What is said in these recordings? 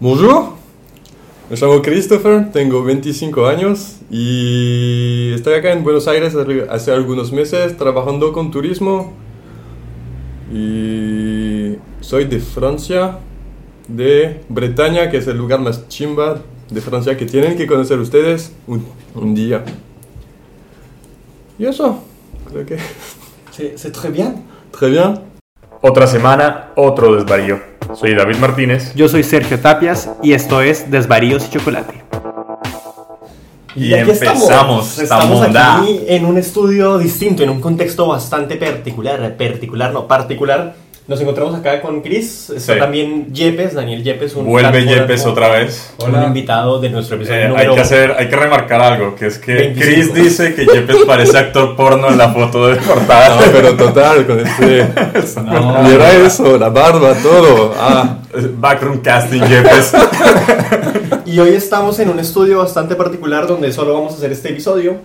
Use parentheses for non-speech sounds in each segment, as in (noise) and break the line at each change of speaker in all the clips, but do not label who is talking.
Bonjour, me llamo Christopher, tengo 25 años y estoy acá en Buenos Aires hace algunos meses trabajando con turismo y soy de Francia, de Bretaña, que es el lugar más chimba de Francia que tienen que conocer ustedes un, un día. Y eso, creo que... (laughs)
C'est c'est très bien.
Très bien.
Otra semana, otro desvarío. Soy David Martínez.
Yo soy Sergio Tapias y esto es Desvaríos y Chocolate.
Y,
aquí
empezamos.
Estamos
Tamunda.
aquí en un estudio distinto, en un contexto bastante particular, eh, particular, no particular. Nos encontramos acá con Chris, está
Sí.
también Yepes, Daniel Yepes. Un
Vuelve
gran-
Yepes
un-
otra vez.
Un invitado de nuestro episodio
Eh,
número
hay que hacer, hay que remarcar algo, que es que
25.
Chris dice que Yepes parece actor porno en la foto de
No,
portada.
Ah,
pues,
pero total, con este...
No.
Mira eso, la barba, todo. Ah,
Backroom casting Yepes.
Y hoy estamos en un estudio bastante particular donde solo vamos a hacer este episodio.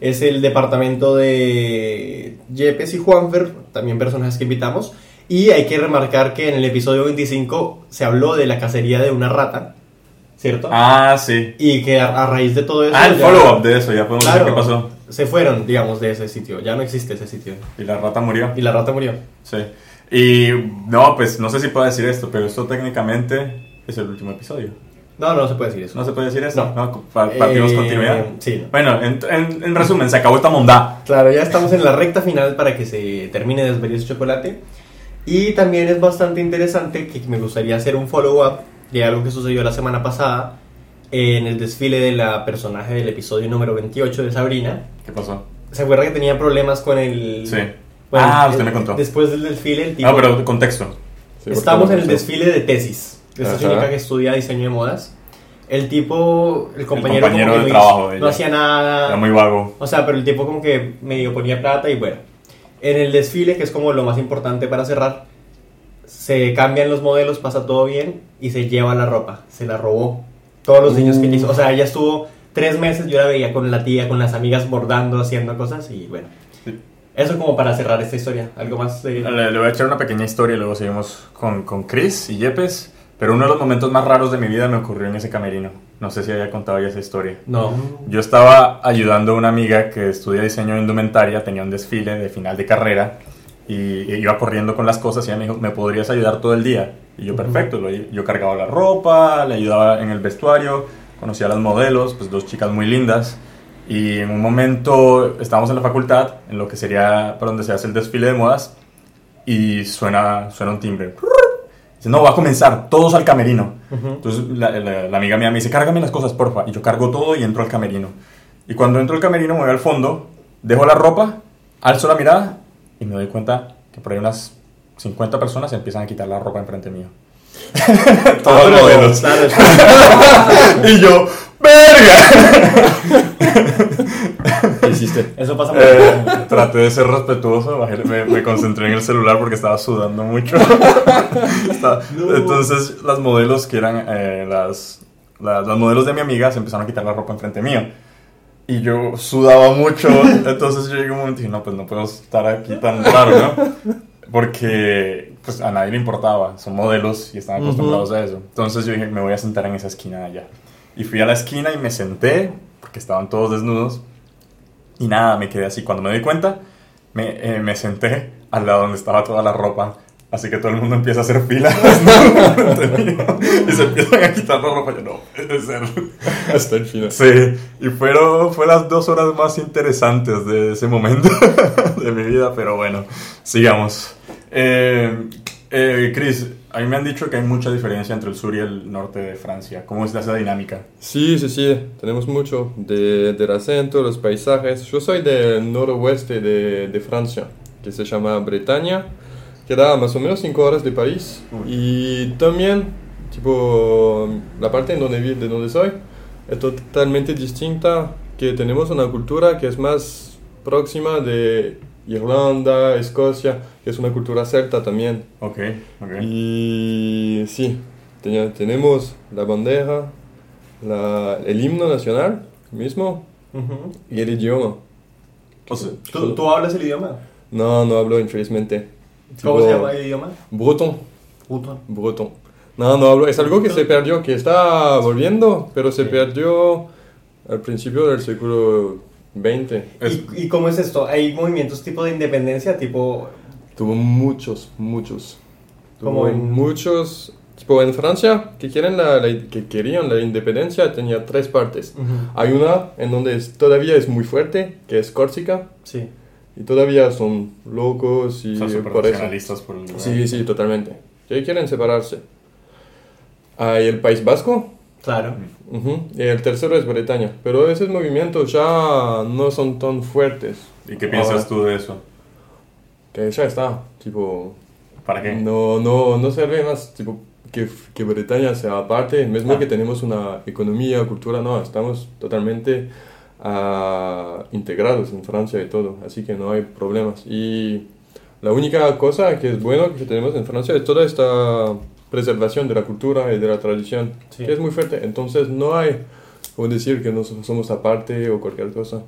Es el departamento de Yepes y Juanfer, también personajes que invitamos. Y hay que remarcar que en el episodio 25 se habló de la cacería de una rata, ¿cierto?
Ah, sí.
Y que a, a raíz de todo eso...
Ah, el
ya-
follow-up de eso, ya podemos
Claro,
decir qué pasó.
Se fueron, digamos, de ese sitio. Ya no existe ese sitio.
Y la rata murió.
Y la rata murió.
Sí. Y no, pues no sé si puedo decir esto, pero esto técnicamente es el último episodio.
No, no se puede decir eso.
¿No se puede decir esto?
No.
pa- partimos
Eh,
continuidad.
sí.
Bueno, en, en- en resumen, se acabó esta mondá.
Claro, ya estamos en la recta final para que se termine Desvarios y Chocolate. Y también es bastante interesante que me gustaría hacer un follow-up de algo que sucedió la semana pasada en el desfile de la personaje del episodio número 28 de Sabrina.
¿Qué pasó?
¿Se acuerda que tenía problemas con el...
Sí.
bueno,
Ah,
el-
usted me contó.
Después del desfile, el tipo...
Ah, pero contexto.
sí,
Estamos
porque-
en el desfile de tesis. Esta
Ajá.
chica que estudia diseño de modas. El tipo, el compañero,
compañero
como que
de
no
trabajo
hizo-
de
no
ella.
hacía nada.
Era muy vago.
O sea, pero el tipo como que medio ponía plata y bueno. En el desfile, que es como lo más importante para cerrar, se cambian los modelos, pasa todo bien y se lleva la ropa. Se la robó. Todos los niños que ella hizo. O sea, ella estuvo tres meses, yo la veía con la tía, con las amigas bordando, haciendo cosas y bueno.
Sí.
Eso como para cerrar esta historia. Algo más de...
Le, le voy a echar una pequeña historia y luego seguimos con, con Chris y Yepes. Pero uno de los momentos más raros de mi vida me ocurrió en ese camerino. No sé si había contado ya esa historia.
No.
Yo estaba ayudando a una amiga que estudia diseño de indumentaria, tenía un desfile de final de carrera y y e iba corriendo con las cosas y ella me dijo, ¿me podrías ayudar todo el día? Y yo, perfecto, lo- yo cargaba la ropa, le ayudaba en el vestuario, conocía a las modelos, pues dos chicas muy lindas. Y en un momento estábamos en la facultad, en lo que sería para donde se hace el desfile de modas, y suena, suena un timbre. Dice, no, va a comenzar, todos al camerino. Entonces la, la- la amiga mía me dice, cárgame las cosas, porfa. Y yo cargo todo y entro al camerino. Y cuando entro al camerino me voy al fondo, dejo la ropa, alzo la mirada y me doy cuenta que por ahí unas 50 personas empiezan a quitar la ropa enfrente mío. (laughs)
Ah,
Todos
Pero,
modelos.
claro, es-
(laughs) y yo,
(laughs)
¡verga!
¿Qué hiciste?
Eso pasa mucho.
(laughs) Eh, traté de ser respetuoso, bajé- me, me concentré en el celular porque estaba sudando mucho. (laughs) Estaba-
No.
Entonces las modelos que eran eh, las, las, las modelos de mi amiga se empezaron a quitar la ropa enfrente mío. Y yo sudaba mucho, entonces yo llegué a un momento y dije, no, pues no puedo estar aquí tan raro, ¿no? Porque pues a nadie le importaba, son modelos y están acostumbrados a eso. Entonces yo dije, me voy a sentar en esa esquina de allá. Y fui a la esquina y me senté, porque estaban todos desnudos. Y nada, me quedé así. Cuando me di cuenta, me, eh, me senté al lado donde estaba toda la ropa. Así que todo el mundo empieza a hacer (laughs) filas. y se empiezan a quitar la ropa. Yo no, puede ser.
Hasta el final.
Sí, y fueron fue las dos horas más interesantes de ese momento (laughs) de mi vida, pero bueno, sigamos. Eh, eh, Chris, a mí me han dicho que hay mucha diferencia entre el sur y el norte de Francia. ¿Cómo es esa dinámica?
Sí, sí, sí, tenemos mucho de, del acento, los paisajes. Yo soy del noroeste de, de Francia, que se llama Bretaña, queda más o menos 5 horas de París.
Uy.
Y también, tipo, la parte en donde vi, de donde soy, es totalmente distinta, que tenemos una cultura que es más próxima de Irlanda, Escocia, que es una cultura celta también.
Ok, ok.
Y sí, tenía- tenemos la bandera, la- el himno nacional mismo
Ujú.
y el idioma.
O sea,
¿Tú, tú hablas el idioma?
No, no hablo infelizmente.
¿Cómo
Tipo,
se llama el idioma?
Breton.
Puto.
Breton. No, no hablo. Es algo que se perdió, que está volviendo, pero se perdió al principio del siglo XX.
Es-
¿Y, y cómo es esto? ¿Hay movimientos tipo de independencia? Tipo,
Tuvo muchos, muchos.
Como
Tuvo
en-
muchos. Tipo, en Francia, que, quieren la, la- que querían la independencia, tenía tres partes. Hay una en donde es- todavía es muy fuerte, que es Córcega,
sí.
y todavía son locos y
Son súper
por eso.
nacionalistas por el lugar.
Sí, sí, totalmente. Que quieren separarse. Hay el País Vasco,
Claro.
ujú, y el tercero es Bretaña, pero esos movimientos ya no son tan fuertes.
¿Y qué piensas
Ahora,
tú de eso?
Que ya está, tipo,
¿Para qué?
No, no, no sirve más tipo, que, que Bretaña sea aparte, mismo
Ah.
que tenemos una economía, cultura, no, estamos totalmente ah, integrados en Francia y todo, así que no hay problemas. Y la única cosa que es bueno que tenemos en Francia es toda esta preservación de la cultura y de la tradición,
Sí.
que es muy fuerte, entonces no hay como decir que no so- somos aparte o cualquier cosa,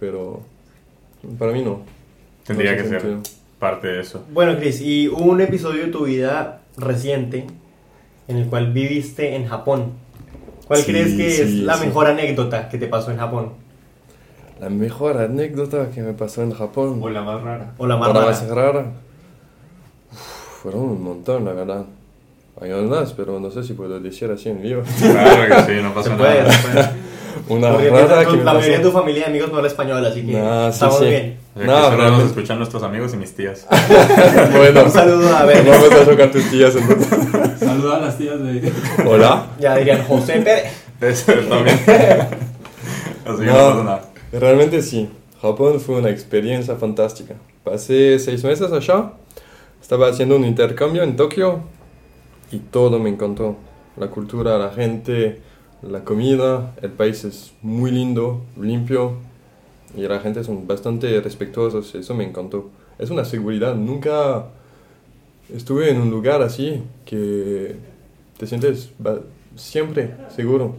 pero para mí no.
Tendría
No
que
hace
ser
sentido.
parte de
(laughs)
eso.
Bueno, Chris, y hubo un episodio de tu vida reciente en el cual viviste en Japón. ¿Cuál
Sí,
crees que es
sí,
la
sí.
mejor anécdota que te pasó en Japón?
La mejor anécdota que me pasó en Japón.
la más rara.
O la más
Para
rara.
más rara. Uf, fueron un montón, la verdad. Hay más, pero no sé si puedo decir así en
(laughs)
vivo.
Claro que sí, no
Se
pasa
puede,
(laughs)
nada.
se puede.
Una
Porque
rara
tu-
que me
la mayoría de tu
pasó.
familia y amigos no habla español, así que
Nah, sí,
estamos
sí.
bien.
Ya que
No,
solo nos
realmente- (laughs)
escuchan nuestros amigos y mis tías.
Bueno,
Un saludo a ver.
vamos a tocar tus tías entonces.
Saluda a las tías de...
(laughs) Hola.
Ya dirían José Pérez.
Eso
(laughs)
también. Así que no pasa nada.
Realmente sí. Japón fue una experiencia fantástica. Pasé seis meses allá. Estaba haciendo un intercambio en Tokio y todo me encantó. La cultura, la gente, la comida. El país es muy lindo, limpio y la gente son bastante respetuosos. Eso me encantó. Es una seguridad. Nunca estuve en un lugar así que te sientes ba- siempre seguro.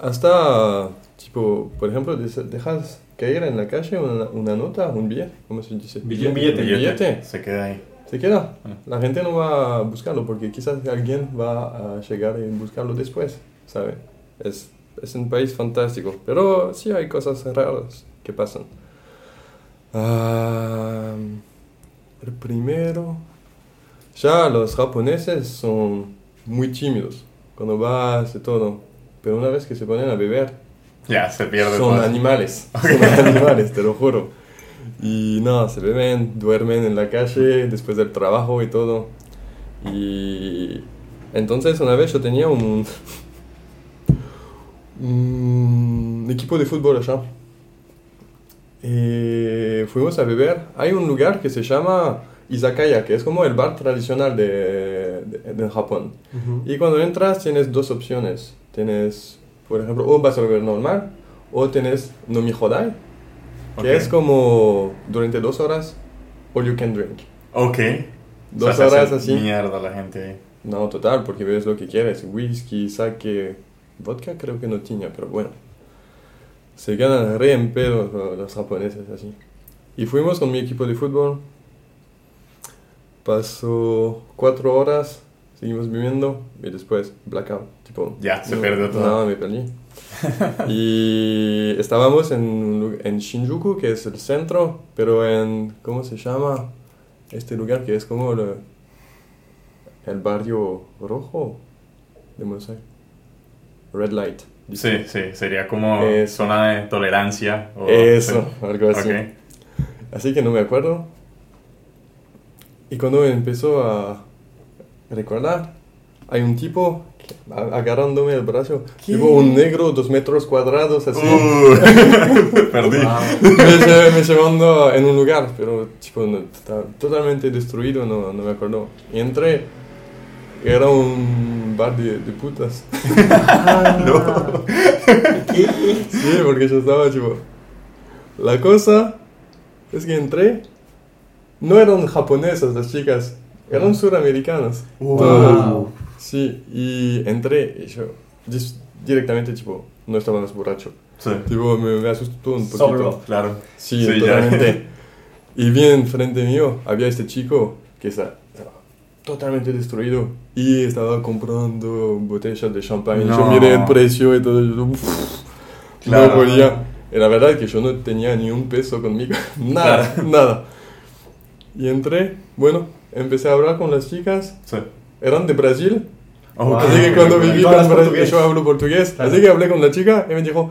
Hasta, tipo, por ejemplo, des- dejas caer en la calle una, una nota, un billete, ¿cómo se dice?
Billete.
billete.
Billete.
billete.
Se queda ahí.
Se queda. La gente no va a buscarlo porque quizás alguien va a llegar y buscarlo después, ¿sabe? Es, es un país fantástico, pero sí hay cosas raras que pasan. Ah, el primero, ya los japoneses son muy tímidos cuando vas y todo, pero una vez que se ponen a beber,
Ya, se pierde
son
todo.
animales, son animales, te lo juro. Y no, se beben, duermen en la calle después del trabajo y todo. Y entonces una vez yo tenía un, (laughs) un equipo de fútbol allá. Y fuimos a beber. Hay un lugar que se llama Izakaya, que es como el bar tradicional de, de- de Japón.
(laughs)
Y cuando entras tienes dos opciones. Tienes, por ejemplo, o vas a beber normal o tienes no me jodai, que
Ok.
es como durante dos horas all you can drink.
Ok.
Dos
O sea, se hace
horas así.
Mierda la gente ahí.
No, total, porque bebes lo que quieres. Whisky, sake, vodka creo que no tenía, pero bueno. Se ganan re en pedo lo- los japoneses así. Y fuimos con mi equipo de fútbol. Pasó cuatro horas, seguimos viviendo y después blackout. Tipo,
Ya, se perdió todo.
No, me perdí.
(laughs)
y estábamos en, un lu- en Shinjuku, que es el centro, pero en, ¿cómo se llama? Este lugar que es como el, el barrio rojo de Mosai. Red Light. dice.
Sí, sí, sería como
Eso.
zona de tolerancia. O,
Eso,
sí.
algo así.
Ok.
Así que no me acuerdo. Y cuando empezó a recordar, hay un tipo que- a- agarrándome el brazo, tipo un negro, dos metros cuadrados, así.
Uh, (laughs) perdí.
me, lle- me llevando en un lugar, pero tipo, no, está totalmente destruido, no, no me acuerdo. Y entré, era un bar de, de putas. Sí, porque yo estaba tipo. La cosa es que entré, no eran japonesas las chicas, eran suramericanas.
Wow.
Sí, y entré y yo dis- directamente tipo, no estaba más borracho.
Sí,
Tipo, me, me asustó un poquito.
Sobró.
claro.
Sí,
Sí, ya.
totalmente. Y bien, frente mío había este chico que está totalmente destruido. Y estaba comprando botellas de champán.
No.
Yo miré el precio y todo. Yo, uf,
Claro.
No podía. Y la verdad es que yo no tenía ni un peso conmigo. (laughs) Nada, nada. Y entré, bueno, empecé a hablar con las chicas.
Sí. Oh,
Eran de Brasil.
Ok.
Así que cuando
Tú
viví
hablas
en Brasil,
portugués.
yo hablo portugués.
Claro.
Así que hablé con la chica y me dijo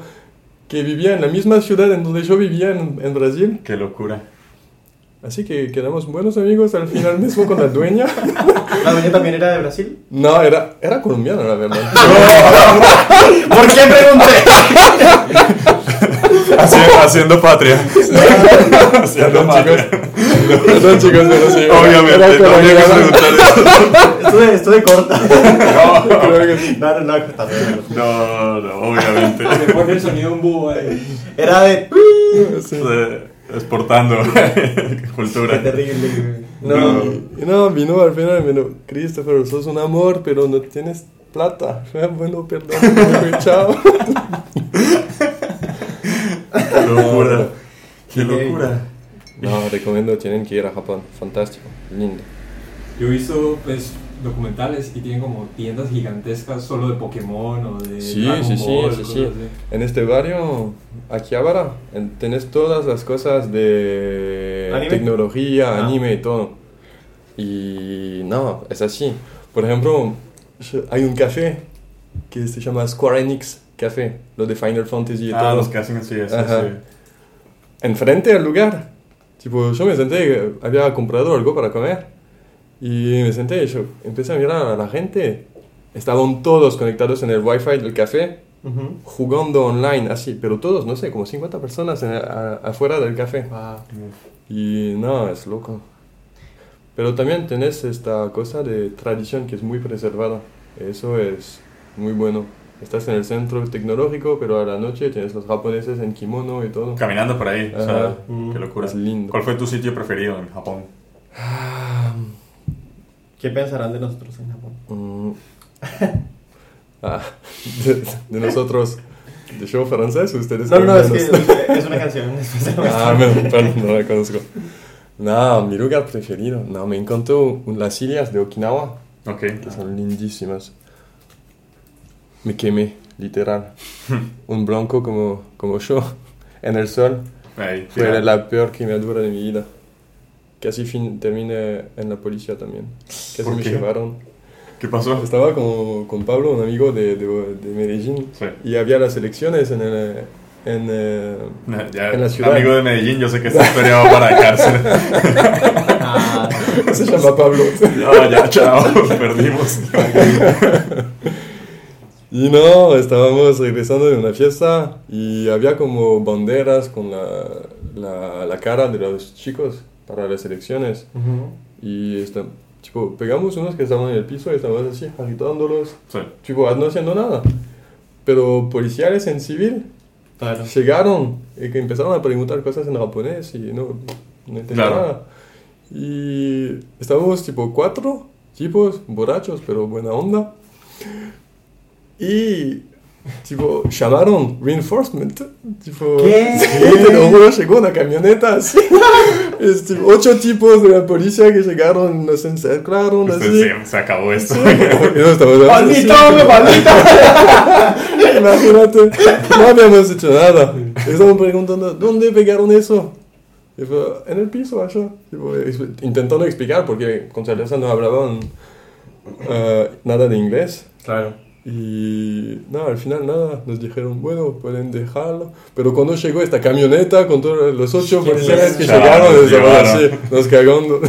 que vivía en la misma ciudad en donde yo vivía en, en Brasil.
Qué locura.
Así que quedamos buenos amigos al final mismo con la dueña.
¿La dueña también era de Brasil?
(laughs) No, era, era colombiana, la (laughs) verdad.
¿Por qué pregunté?
(laughs)
Haci- haciendo patria. haciendo
Perdón,
patria.
chicos. Perdón, chicos, pero sí. era-
Obviamente,
era
no había que
colombiana.
preguntar
(laughs)
eso.
Esto de, esto de corta.
Creo que sí.
No, no, no, está bien.
No, no, obviamente.
(laughs)
Le pone el sonido de un búho ahí.
Era de.
Eh, Exportando (laughs) cultura.
Qué terrible.
No,
No.
y- y no, vino al final y me dijo, Christopher, sos un amor, pero no tienes plata. (laughs) Ah, Bueno, perdón, güey, chao.
Qué locura. Qué
Qué
locura.
No, recomiendo, tienen que ir a Japón. Fantástico, lindo.
Yo he visto pues, documentales y tienen como tiendas gigantescas solo de Pokémon o de.
Sí,
Dragon
sí, sí,
Ball,
sí,
cosas
sí.
así.
En este barrio, Akihabara, en- tenés todas las cosas de
¿Anime?
tecnología,
Ah.
anime y todo. Y no, es así. Por ejemplo, yo- hay un café que se llama Square Enix Café, lo de Final Fantasy y
Ah,
todo.
los que hacen así, eso,
Ajá.
sí.
Enfrente al lugar. Tipo, yo me senté, eh, había comprado algo para comer. Y me senté y yo empecé a mirar a la gente. Estaban todos conectados en el wifi del café
Ujú.
jugando online, así, pero todos, no sé, como 50 personas en- a- afuera del café.
Wow.
Y no, es loco. Pero también tenés esta cosa de tradición que es muy preservada. Eso es muy bueno. Estás en el centro tecnológico, pero a la noche tienes los japoneses en kimono y todo.
Caminando por ahí. O sea,
Ajá.
qué locura.
Es lindo. Ah,
¿Cuál fue tu sitio preferido en Japón?
¿Qué pensarán de nosotros en Japón?
Mm. (laughs) Ah, de, de nosotros, de yo francés, ustedes
No, no, es que
colombianos.
es una
(laughs)
canción.
Ah, me- perdón, no la conozco. No, mi lugar preferido. No, me encantó un- las islas de Okinawa,
Ok.
que son lindísimas. Me quemé,
(laughs)
literal. un blanco como, como yo, en el sol.
Ahí,
Fue
tira.
la peor quemadura de mi vida. Casi fin, terminé en la policía también. Casi
¿Por
me
qué?
llevaron.
¿Qué pasó?
Estaba con, con Pablo, un amigo de, de, de Medellín,
Sí.
y había las elecciones en el... En, eh, (laughs)
No, ya,
En la ciudad.
Amigo de Medellín, yo sé que está historiado para la cárcel.
(laughs)
Ah,
se llama Pablo.
(laughs) No, Ah, ya, chao, (laughs) perdimos.
(laughs) Y no, estábamos regresando de una fiesta y había como banderas con la, la, la cara de los chicos para las elecciones.
ujú.
Y esta- tipo, pegamos unos que estaban en el piso y estábamos así agitándolos,
Sí.
tipo, no haciendo nada. Pero policiales en civil
Claro.
llegaron y que empezaron a preguntar cosas en japonés y no, no entendía
Claro.
nada. Y estábamos tipo cuatro tipos borrachos, pero buena onda. Y tipo llamaron reinforcement. Tipo,
¿Qué?
(laughs) sí, te lo juro, llegó una camioneta así. Es, tipo, ocho tipos de la policía que llegaron, nos encerraron
Usted
así.
Este, se, se acabó esto.
(laughs)
(laughs)
Y nos estábamos así. Imagínate, no habíamos hecho nada. Estaban preguntando, ¿dónde pegaron eso? Y fue, en el piso, allá. Tipo, ex- intentando explicar, porque con certeza no hablaban eh, nada de inglés.
Claro.
Y no, al final nada, nos dijeron, bueno, pueden dejarlo. Pero cuando llegó esta camioneta con todos los ocho
Qué
policías que
pesado.
llegaron,
Nos
nos llevaron
llevaron.
así, nos cagando.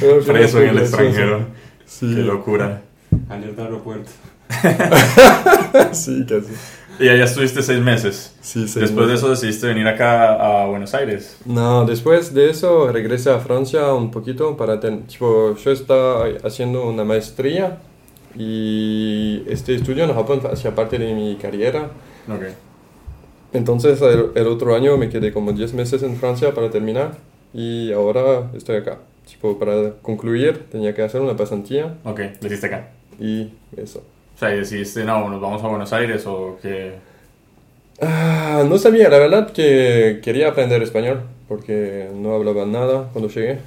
Pero al final
Preso
fue
en el
gracioso.
extranjero.
Sí,
Qué locura.
Alerta aeropuerto.
sí, casi.
Y allá estuviste seis meses.
Sí, sí,
Después
no.
de eso decidiste venir acá a Buenos Aires.
No, después de eso regresé a Francia un poquito para ten- tipo, yo estaba haciendo una maestría y este estudio en Japón hacía parte de mi carrera.
Ok.
Entonces el, el otro año me quedé como 10 meses en Francia para terminar y ahora estoy acá. Tipo, para concluir tenía que hacer una pasantía
Ok, lo hiciste acá.
y eso.
O sea, y decidiste, no, nos vamos a Buenos Aires o que...
Ah, no sabía, la verdad que quería aprender español porque no hablaba nada cuando llegué.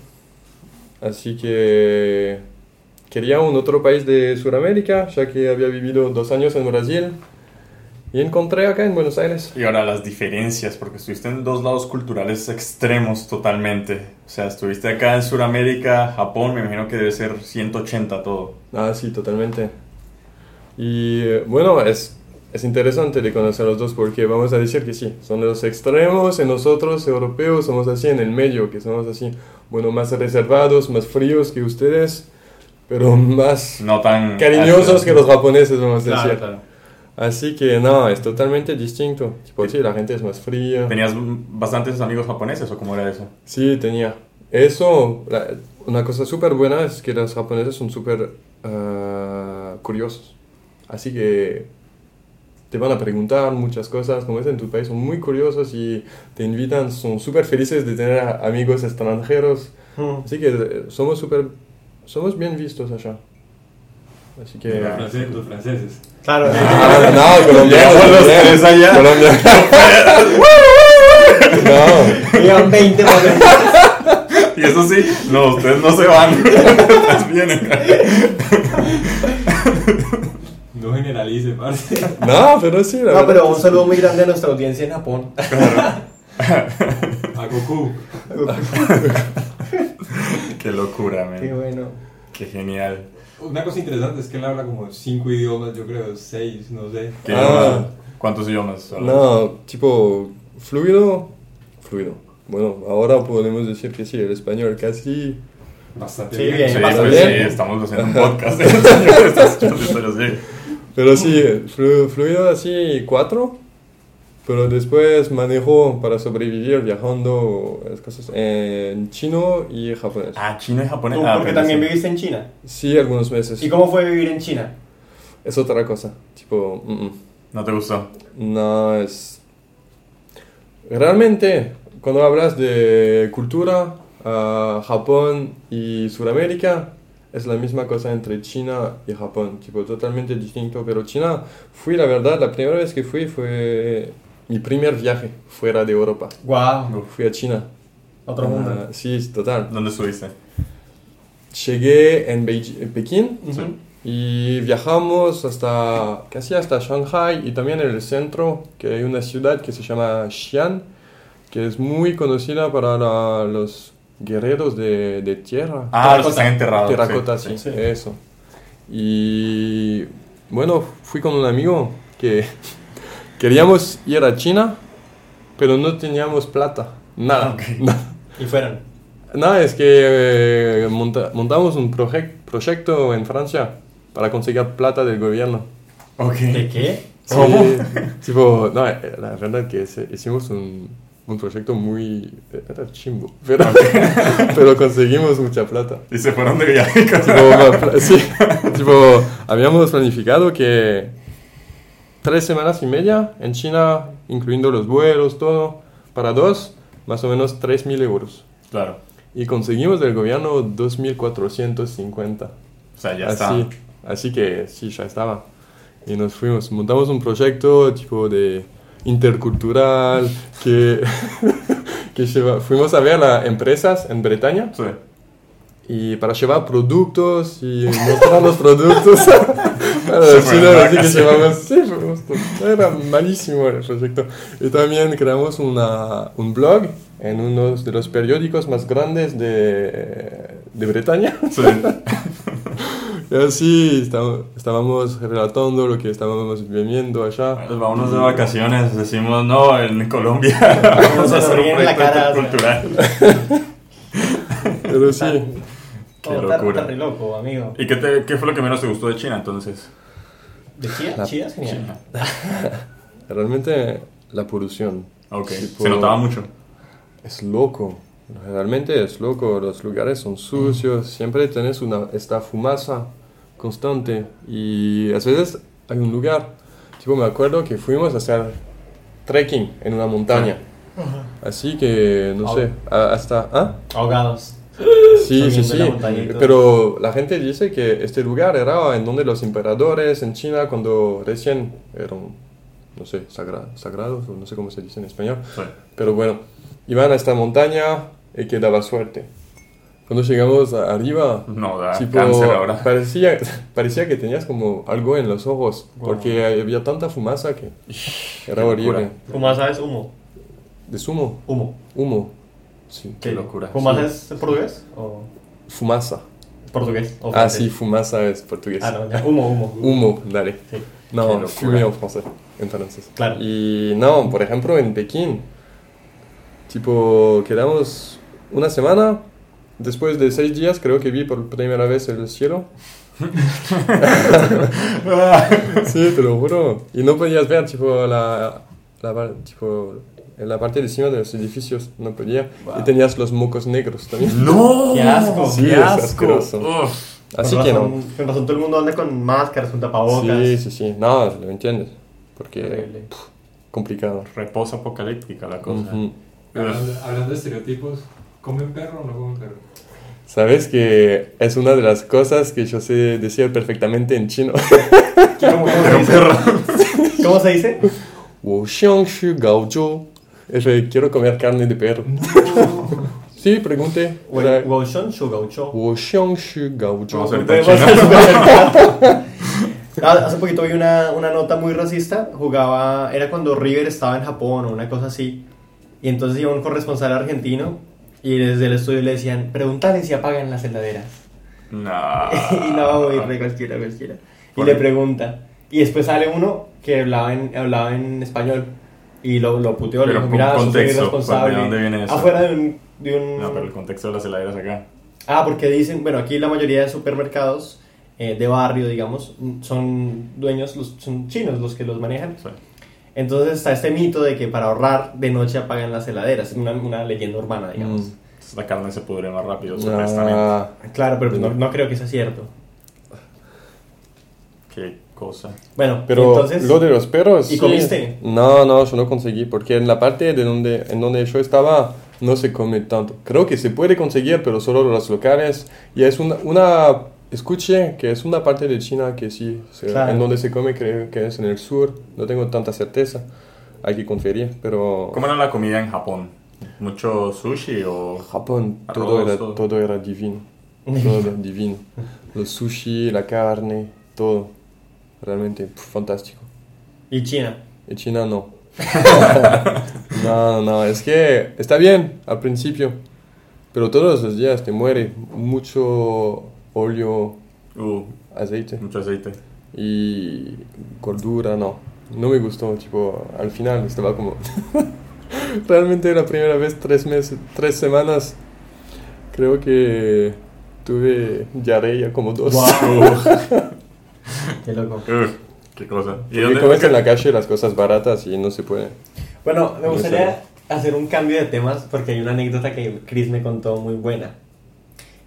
Así que quería un otro país de Sudamérica, ya que había vivido dos años en Brasil. Y encontré acá en Buenos Aires.
Y ahora las diferencias, porque estuviste en dos lados culturales extremos totalmente. O sea, estuviste acá en Sudamérica, Japón, me imagino que debe ser 180 todo.
Ah, sí, totalmente. Y eh, bueno, es, es interesante de conocer a los dos porque vamos a decir que sí, son los extremos en nosotros, europeos, somos así en el medio, que somos así, bueno, más reservados, más fríos que ustedes, pero más
No tan...
cariñosos que los japoneses, vamos a
Mm, Claro,
decir.
claro.
Así que no, es totalmente distinto. Tipo, sí, la gente es más fría.
¿Tenías bastantes amigos japoneses o cómo era eso?
Sí, tenía. Eso, la- una cosa súper buena es que los japoneses son súper ah, curiosos. Así que te van a preguntar muchas cosas, como es en tu país, son muy curiosos y te invitan, son súper felices de tener a- amigos extranjeros.
Hmm.
Así que eh, somos súper, somos bien vistos allá. Así que...
Eh,
Los franceses, los franceses.
Claro.
Ah, (laughs) no, colombianos.
Llegamos los
colombianos,
tres allá.
colombianos. (laughs) no. (laughs)
Llevan 20 momentos.
Y eso sí, no, ustedes no se
(laughs)
van. ustedes vienen.
No generalice, parce.
No, pero sí, la
No,
verdad
pero
que
un
sí.
saludo muy grande a nuestra audiencia en Japón.
A Goku.
(laughs) Qué locura,
Qué
man.
bueno.
Qué genial.
Una cosa interesante es que él habla como cinco idiomas, yo creo, seis, no sé.
Qué
Ah.
idioma. ¿Cuántos idiomas?
No, tipo, fluido, fluido. Bueno, ahora podemos decir que sí, el español casi...
Bastante
Sí,
bien.
bien.
Sí,
Más
pues,
bien.
sí, estamos haciendo un podcast. Pero sí.
Pero sí, flu- fluido así cuatro, pero después manejo para sobrevivir viajando las cosas en chino y japonés.
Ah, chino y japonés.
Tú,
Ah,
porque
pero
también
sí.
viviste en China.
Sí, algunos meses.
¿Y cómo fue vivir en China?
Es otra cosa, tipo... mm, mm.
No te gustó.
No, es... Realmente, cuando hablas de cultura, ah, Japón y Sudamérica, es la misma cosa entre China y Japón, tipo totalmente distinto, pero China, fui, la verdad, la primera vez que fui fue mi primer viaje fuera de Europa.
Wow,
Fui a China.
otro
Ah,
mundo.
sí, es total.
¿Dónde estuviste?
Llegué en Beiji- en Pekín
Ujú.
y viajamos hasta casi hasta Shanghai y también en el centro que hay una ciudad que se llama Xi'an que es muy conocida para la- los guerreros de, de tierra
Ah, los que están enterrados. sí.
terracota sí,
sí.
eso y bueno fui con un amigo que (laughs) queríamos ir a China pero no teníamos plata nada
Y fueron.
no, es que eh, monta- montamos un proje- proyecto en Francia para conseguir plata del gobierno.
¿De
Ok.
qué?
Sí,
¿Cómo?
(laughs) tipo, no, eh, la verdad que se- hicimos un, un proyecto muy... eh, Era chimbo, pero, (laughs) pero conseguimos mucha plata.
Y se fueron de viaje. (laughs)
Tipo, ma- pla- sí, tipo, habíamos planificado que tres semanas y media en China, incluyendo los vuelos, todo, para dos, más o menos 3.000 euros.
Claro.
Y conseguimos del gobierno 2.450.
O sea,
Ah,
ya está.
Así, así que sí, ya estaba. Y nos fuimos, montamos un proyecto tipo de intercultural, que, (laughs) que lleva- fuimos a ver a empresas en Bretaña
Sí.
y para llevar productos y mostrar los productos. (laughs) Claro,
Se
sí,
fueron
no,
de
así que
vacaciones.
llevamos, sí, fuimos to- era malísimo el proyecto. Y también creamos una, un blog en uno de los periódicos más grandes de, de Bretaña. (laughs)
Sí.
Y así está- estábamos relatando lo que estábamos viviendo allá.
Bueno, Pues vámonos de vacaciones. Decimos, no, en Colombia. (laughs) Vamos a hacer un
Sonríe en la cara,
proyecto cultural.
Pero sí,
Qué
Oh, está-
locura.
Está re loco, amigo.
¿Y qué, te- qué fue lo que menos te gustó de China entonces?
¿De China?
La-
China es genial.
realmente la polución
Ok,
Tipo-
se notaba mucho.
es loco. Realmente es loco, los lugares son sucios, siempre tenés una, esta fumaza constante y a veces hay un lugar, tipo me acuerdo que fuimos a hacer trekking en una montaña, así que no
Ah.
sé, a- hasta... ¿ah?
Ahogados.
Sí, sí,
Subiendo
sí.
la montaña y todo.
Pero la gente dice que este lugar era en donde los emperadores en China, cuando recién eran, no sé, sagra- sagrados, o no sé cómo se dice en español,
Sí.
pero bueno, iban a esta montaña y que daba suerte. Cuando llegamos a- arriba,
No, da
tipo,
Ah, cáncer ahora.
Parecía, parecía que tenías como algo en los ojos, porque había tanta fumaza que era
Qué
horrible.
locura.
Fumaça es humo.
De sumo,
Humo.
humo, sí.
Qué locura.
¿Fumaça es en portugués? ¿O
Fumaza.
portugués? O
Ah,
francés?
sí, fumaza es portugués.
Ah, no, ya. Humo, humo.
Humo, dale.
Sí.
Qué
No,
locura.
fumé en francés, entonces.
Claro.
Y no, por ejemplo, en Pekín, tipo, quedamos una semana, después de seis días creo que vi por primera vez el cielo. sí, te lo juro. Y no podías ver, tipo, la, la par- tipo, en la parte de encima de los edificios, no podía. Y tenías los mocos negros
(laughs)
también.
¡No!
Oh, Qué asco.
Sí,
¡Qué
es
asco! Oh,
asqueroso.
Uf.
Así
Con
que no.
razón- Con razón todo el mundo anda con máscaras, con tapabocas.
Sí, sí, sí. No, lo entiendes. Porque (laughs)
Horrible.
pf, complicado.
Reposo apocalíptica la cosa.
Ujú.
Uf.
Hablando, hablando de estereotipos, ¿comen perro o no comen perro?
Sabes que es una de las cosas que yo sé decir perfectamente en chino.
¿Cómo, cómo se dice?
(laughs)
¿Cómo se dice?
Wo xiangshu gaozhou. Es de, quiero comer carne de perro. sí, pregunte. Era,
Gauchon, Shugaucho.
Wo xiangshu gaozhou.
Vamos a ver.
Ah, Hace poquito vi una, una nota muy racista. Jugaba, era cuando River estaba en Japón o una cosa así. Y entonces iba un corresponsal argentino y desde el estudio le decían: Pregúntale si apagan las heladeras.
(laughs)
(laughs)
No.
y no, muy re cualquiera, cualquiera. Y
Por
le
ahí.
pregunta. Y después sale uno que hablaba en, hablaba en español. Y lo, lo puteó, le
Pero
dijo:
con
Mira, sos un
contexto,
irresponsable.
¿de dónde viene eso?
Afuera de un. De un
No, pero el contexto de las heladeras acá.
Ah, porque dicen, bueno, aquí la mayoría de supermercados eh, de barrio, digamos, son dueños, los- son chinos los que los manejan.
Sí.
Entonces está este mito de que para ahorrar de noche apagan las heladeras, una, una leyenda urbana, digamos.
Mm.
Entonces, La carne se pudre más rápido, supuestamente.
Ah,
Claro, pero no, no creo que sea cierto.
Qué cosa.
Bueno,
pero
entonces...
lo de los perros.
¿Y
sí.
comiste?
No, no, yo no conseguí. Porque en la parte de donde, en donde yo estaba no se come tanto. Creo que se puede conseguir, pero solo los locales. Y es una. una escuché que es una parte de China que sí. se-
Claro.
En donde se come, creo que es en el sur. No tengo tanta certeza. Hay que conferir, pero.
¿Cómo era la comida en Japón? ¿Mucho sushi o...?
Japón,
Arroz,
todo era,
todo.
todo era divino. Todo era
(laughs)
divino. Los sushi, la carne, todo. Realmente pf, fantástico.
Y China.
En China no. (laughs) no, no, no, es que está bien al principio, pero todos los días te muere mucho óleo,
Uh,
aceite
mucho aceite.
y gordura, no. No me gustó, tipo, al final estaba como... (laughs) Realmente la primera vez, tres meses, tres semanas, creo que tuve diarrea como dos. (laughs)
Qué loco.
Ugh, Uh, qué cosa. ¿Y
Porque
dónde-
comes
qué-
en la calle las cosas baratas y no se puede.
Bueno, me
No
gustaría hacer un cambio de temas porque hay una anécdota que Chris me contó muy buena.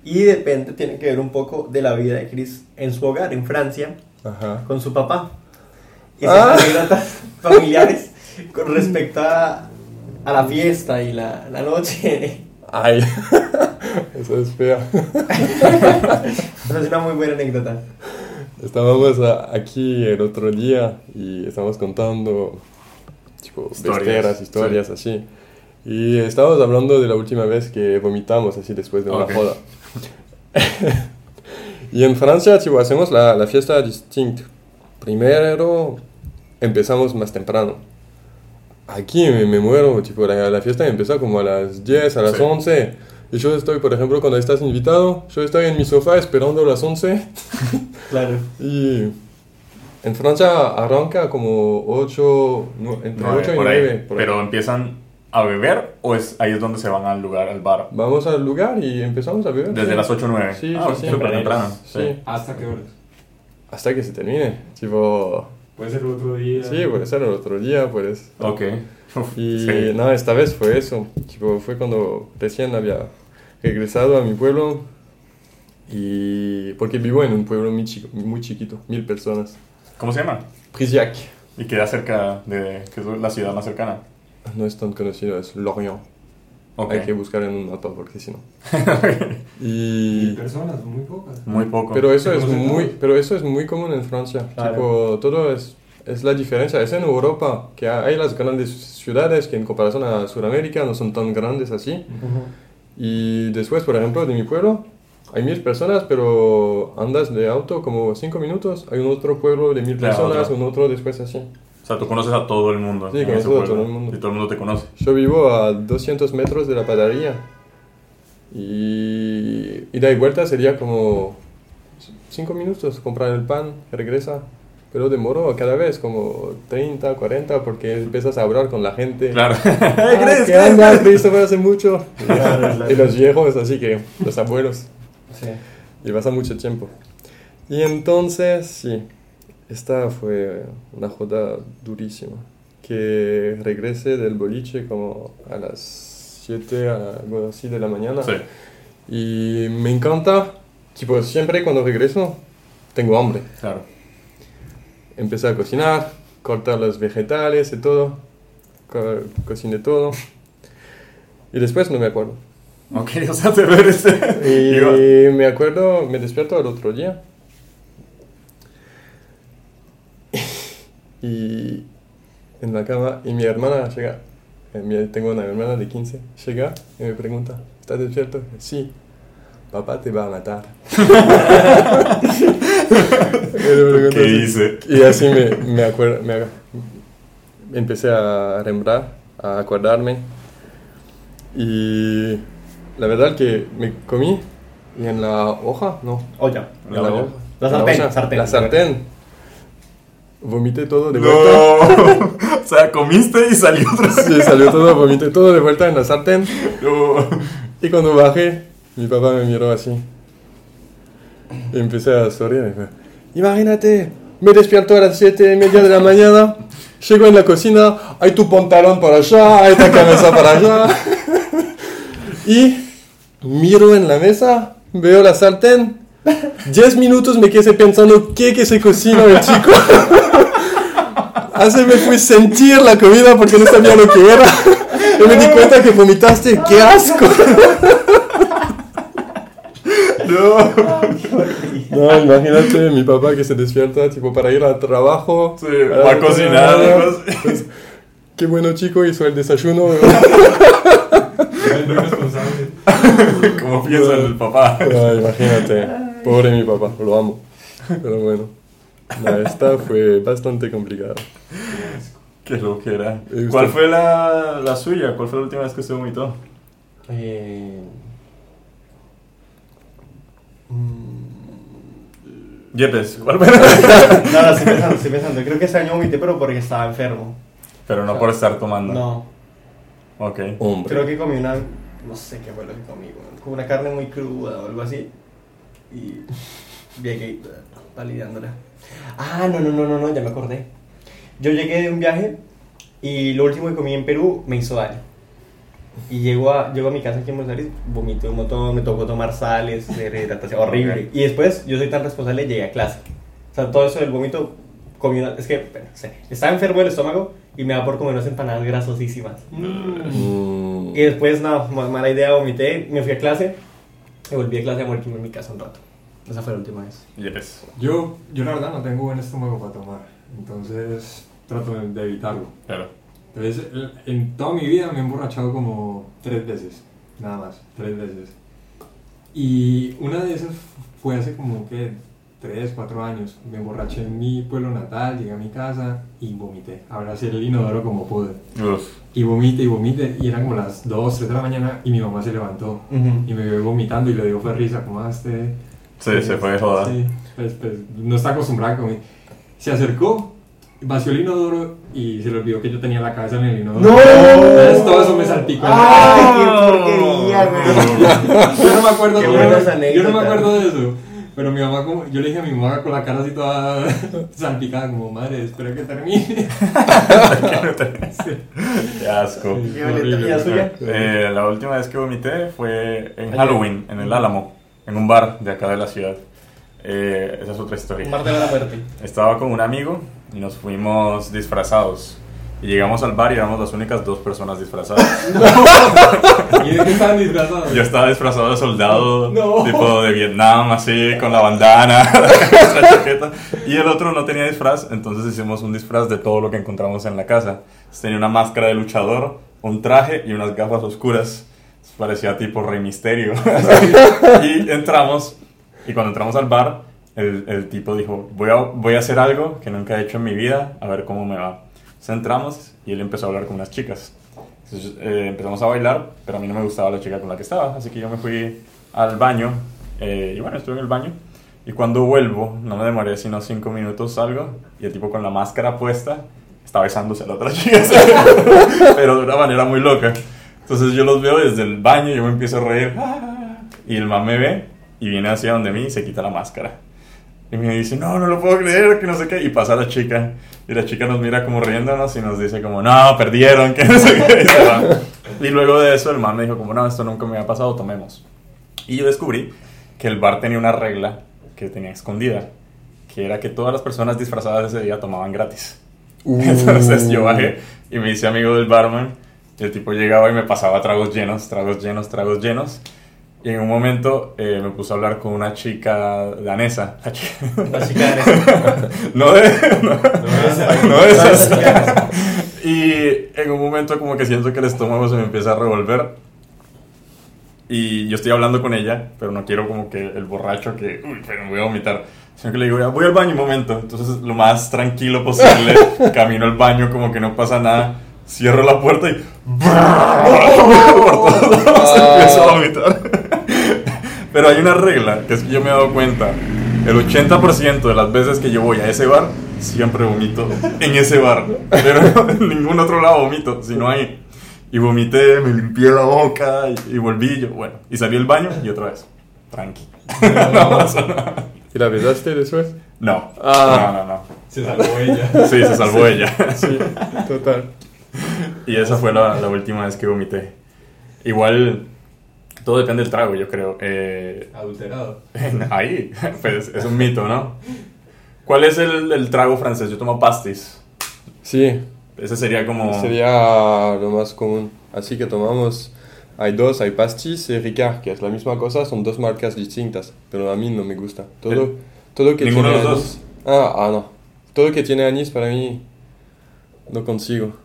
Y depende, tiene que ver un poco de la vida de Chris en su hogar, en Francia.
Ajá.
con su papá. Y esas (laughs)
Ah.
anécdotas familiares con respecto a, a la fiesta y la, la noche. (laughs)
Ay, eso (laughs) es feo.
Esa es una muy buena anécdota.
Estábamos a- aquí el otro día y estábamos contando tipo
Historias,
besteras, historias así. Y estábamos hablando de la última vez que vomitamos así después de una
Ok.
joda. (laughs) y en Francia, tipo, hacemos la, la fiesta distinta. Primero empezamos más temprano. Aquí me, me muero, tipo, la, la fiesta empieza como a las 10, a las
Sí.
11. Y yo estoy, por ejemplo, cuando estás invitado, yo estoy en mi sofá esperando a las 11.
Claro.
Y en Francia arranca como 8, entre
Nueve,
8 y
eh, por ahí.
9.
Pero empiezan a beber o es ahí es donde se van al lugar, al bar.
Vamos al lugar y empezamos a beber.
Desde
sí.
las 8 o 9.
Sí,
ah,
sí, sí.
súper temprano.
Sí.
Sí.
¿Hasta qué horas?
Hasta que se termine. Tipo,
Puede ser otro día.
sí, puede ser el otro día, pues.
Ok. Uf,
Y
sí.
no, esta vez fue eso. Tipo, fue cuando recién había regresado a mi pueblo. Y porque vivo en un pueblo muy, chico- muy chiquito, mil personas.
¿Cómo se llama?
Prisiac.
Y queda cerca de... que es la ciudad más cercana.
No es tan conocido, es Lorient.
Ok.
Hay que
(laughs)
buscar en un mapa porque si no.
Mil
Y
personas, muy pocas.
Muy poco.
Pero eso es
Conocen
muy,
todos.
pero eso es muy común en Francia.
Claro.
Tipo, todo es, es la diferencia. Es en Europa que hay las grandes ciudades que en comparación a Sudamérica no son tan grandes así. Y después, por ejemplo, de mi pueblo, hay mil personas, pero andas de auto como cinco minutos, hay un otro pueblo de mil
Claro,
personas,
otro.
un otro después así.
O sea, tú conoces a todo el mundo.
Sí,
en
conozco
ese
a todo
pueblo.
el mundo.
Y todo el mundo te conoce.
Yo vivo a 200 metros de la panadería y ida y vuelta sería como 5 minutos, comprar el pan, regresa. Pero demoro cada vez como 30, 40 porque empiezas a hablar con la gente.
Claro. (laughs)
"Ah,
¿Crees,
¿Qué
crees,
onda? Christopher hace mucho.
Claro,
(laughs)
claro.
Y los viejos, así que los abuelos.
Sí.
Y pasa mucho tiempo. Y entonces, sí, esta fue una joda durísima. Que regrese del boliche como a las 7, algo así de la mañana.
Sí.
Y me encanta, tipo, siempre cuando regreso, tengo hambre.
Claro.
Empecé a cocinar, cortar los vegetales y todo. Co- cociné todo. Y después no me acuerdo.
Ok, (laughs) o sea, te ves. Iba-
Y me acuerdo, me despierto al otro día. (laughs) Y en la cama, y mi hermana llega. eh, mi- Tengo una hermana de 15. Llega y me pregunta: ¿Estás despierto? Sí. Papá te va a
(laughs)
matar. Y le pregunto
¿Qué
así.
dice?
Y así me, me acuerdo. Me, aga- empecé a rembrar, a acordarme. Y la verdad que me comí y en la hoja, no.
Olla.
en
La olla.
hoja.
La
en
sartén,
olla,
sartén.
La sartén. Vomité todo de vuelta.
No. (laughs) o sea, comiste y salió otra vez.
Sí, salió todo, vomité todo de vuelta en la sartén.
No.
Y cuando bajé, mi papá me miró así. Y empecé a sonreír. y fue, Imagínate, me despierto a las siete y media de la mañana, llego en la cocina, hay tu pantalón para allá, hay tu cabeza para allá. y miro en la mesa, veo la sartén. Diez minutos me quedé pensando qué que se cocina el chico. (laughs) Así me fui sentir la comida porque no sabía lo que era. Y me di cuenta que vomitaste, qué asco.
(laughs) No.
No, imagínate mi papá que se despierta tipo para ir al trabajo. Pues,
Sí, va a cocinar. algo así.
Qué bueno chico hizo el desayuno.
Yo soy responsable.
¿Cómo piensa el papá? (laughs)
Ah, imagínate. Pobre mi papá, lo amo. Pero bueno. No, esta fue bastante complicada.
Qué loquera.
¿Y usted?
¿Cuál fue la, la suya? ¿Cuál fue la última vez que se vomitó?
Eh, mm.
Yepes, ¿cuál fue la-
(laughs) no, no, estoy pensando, estoy pensando. Creo que ese año vomité, pero porque estaba enfermo.
Pero no por estar tomando.
No.
Ok.
Hombre.
Creo que comí una. No sé qué fue lo que comí, güey. Como una carne muy cruda o algo así. Y. Llegué eh, validándola. Ah, no, no, no, no, no, ya me acordé. Yo llegué de un viaje y lo último que comí en Perú me hizo daño. Y llego a, llego a mi casa aquí en Buenos Aires, vomité un montón, me tocó tomar sales, rehidratación, horrible. Y después, yo soy tan responsable, llegué a clase. O sea, todo eso del vómito, comí una- Es que, bueno, no sé, estaba enfermo del estómago y me da por comer unas empanadas grasosísimas.
Mm,
Y después, no, ma- mala idea, vomité, me fui a clase y volví a clase a morirme en mi casa un rato. Esa fue la última vez.
Yepes.
Yo, yo la verdad no tengo buen estómago para tomar, entonces trato de, de evitarlo.
Claro.
Entonces, el- en toda mi vida me he emborrachado como tres veces, nada más, tres veces. Y una de esas fue hace como que tres, cuatro años. Me emborraché en mi pueblo natal, llegué a mi casa y vomité. Abracé el inodoro como pude.
Uf.
Y vomité y vomité. Y eran como las 2, 3 de la mañana y mi mamá se levantó. Y me vio vomitando y le dio fue risa, como "Ah, este...
Sí, se fue de joda. (laughs)
Sí, pues, pues, no está acostumbrada a comer. Se acercó, vació el inodoro y se le olvidó que yo tenía la cabeza en el inodoro. Entonces todo eso me salpicó.
(laughs)
Yo no me acuerdo,
Qué
yo,
buenas
no, yo no me
anécdotas.
acuerdo de eso. Pero mi mamá, como, yo le dije a mi mamá con la cara así toda (laughs) salpicada, como madre, espera que termine.
(laughs) Qué asco.
Sí,
Qué
horrible.
violenta, ¿y la suya?
Eh, la última vez que vomité fue en Halloween, en el Álamo, en un bar de acá de la ciudad. Eh, esa es otra historia.
Un mar de la muerte.
Estaba con un amigo y nos fuimos disfrazados. Y llegamos al bar y éramos las únicas dos personas disfrazadas. (laughs)
¿Y de qué estaban disfrazados?
Yo estaba disfrazado de soldado,
No.
tipo de Vietnam, así, con la bandana, (laughs) la chaqueta. Y el otro no tenía disfraz, entonces hicimos un disfraz de todo lo que encontramos en la casa. Tenía una máscara de luchador, un traje y unas gafas oscuras. parecía tipo Rey Misterio. (laughs) y entramos, y cuando entramos al bar, el, el tipo dijo, voy a, voy a hacer algo que nunca he hecho en mi vida, a ver cómo me va. Entonces entramos y él empezó a hablar con unas chicas. Entonces eh, empezamos a bailar, pero a mí no me gustaba la chica con la que estaba, así que yo me fui al baño, eh, y bueno, estuve en el baño. Y cuando vuelvo, no me demoré sino cinco minutos, salgo, y el tipo con la máscara puesta está besándose a la otra (laughs) chica, pero de una manera muy loca. Entonces yo los veo desde el baño, yo me empiezo a reír, ¡ah! y el man me ve y viene hacia donde mí y se quita la máscara. Y me dice, no, no lo puedo creer, que no sé qué. Y pasa la chica. Y la chica nos mira como riéndonos y nos dice como, no, perdieron, que no sé qué. Y, se va. Y luego de eso el man me dijo como, no, esto nunca me había pasado, tomemos. Y yo descubrí que el bar tenía una regla que tenía escondida, que era que todas las personas disfrazadas ese día tomaban gratis.
Uh.
Entonces yo ¿eh? bajé y me hice amigo del barman. Y el tipo llegaba y me pasaba tragos llenos, tragos llenos, tragos llenos. Y en un momento eh, me puse a hablar con una chica danesa. La chica-
La chica
(laughs)
danesa.
no de... No,
esa.
no de esas.
No, esa.
y en un momento como que siento que el estómago se me empieza a revolver. Y yo estoy hablando con ella, pero no quiero como que el borracho que... Uy, pero me voy a vomitar. Sino que le digo, "Ya, voy al baño un momento. Entonces lo más tranquilo posible, camino al baño como que no pasa nada. Cierro la puerta y... (laughs) por todos lados empiezo a vomitar. (laughs) Pero hay una regla, que es que yo me he dado cuenta. El 80% de las veces que yo voy a ese bar, siempre vomito en ese bar. Pero (laughs) en ningún otro lado vomito, sino ahí. Y vomité, me limpié la boca y, y volví. y Yo, bueno, y salí del baño y otra vez. Tranqui. (laughs) No pasó nada.
¿Y la besaste después?
No.
Ah.
No, no,
Se salvó ella.
no. Sí, se salvó ella.
Sí, total.
Y esa fue la, la última vez que vomité. Igual, todo depende del trago, yo creo. Eh,
Adulterado.
ahí, (laughs) pues es un mito, ¿no? ¿Cuál es el, el trago francés? Yo tomo pastis.
Sí,
Ese sería como...
sería lo más común. Así que tomamos, hay dos, hay pastis y Ricard, que es la misma cosa, son dos marcas distintas, pero a mí no me gusta. Todo,
Pero-
todo que
¿Ninguno
tiene
de los
anís- Ah, ah, no. Todo que tiene anís para mí no consigo.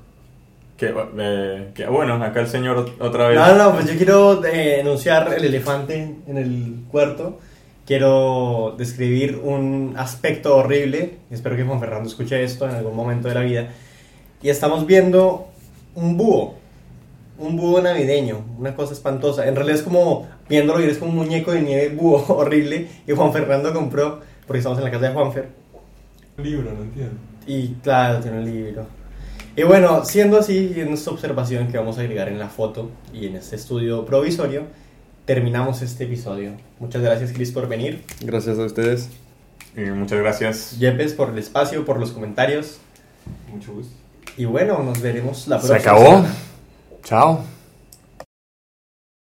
Que, eh, que, bueno, acá el señor otra vez...
No, no, pues yo quiero eh, enunciar el elefante en el cuarto. Quiero describir un aspecto horrible. Espero que Juan Fernando escuche esto en algún momento de la vida. Y estamos viendo un búho. Un búho navideño. Una cosa espantosa. En realidad es como, viéndolo, es como un muñeco de nieve búho (laughs) horrible. Y Juan Fernando compró, porque estamos en la casa de Juanfer.
Un libro, no entiendo.
Y claro, tiene un libro. Y bueno, siendo así, y en esta observación que vamos a agregar en la foto y en este estudio provisorio, terminamos este episodio. Muchas gracias, Cris, por venir.
Gracias a ustedes.
Y muchas gracias.
Yepes, por el espacio, por los comentarios.
Mucho gusto.
Y bueno, nos veremos la próxima. semana.
Chao.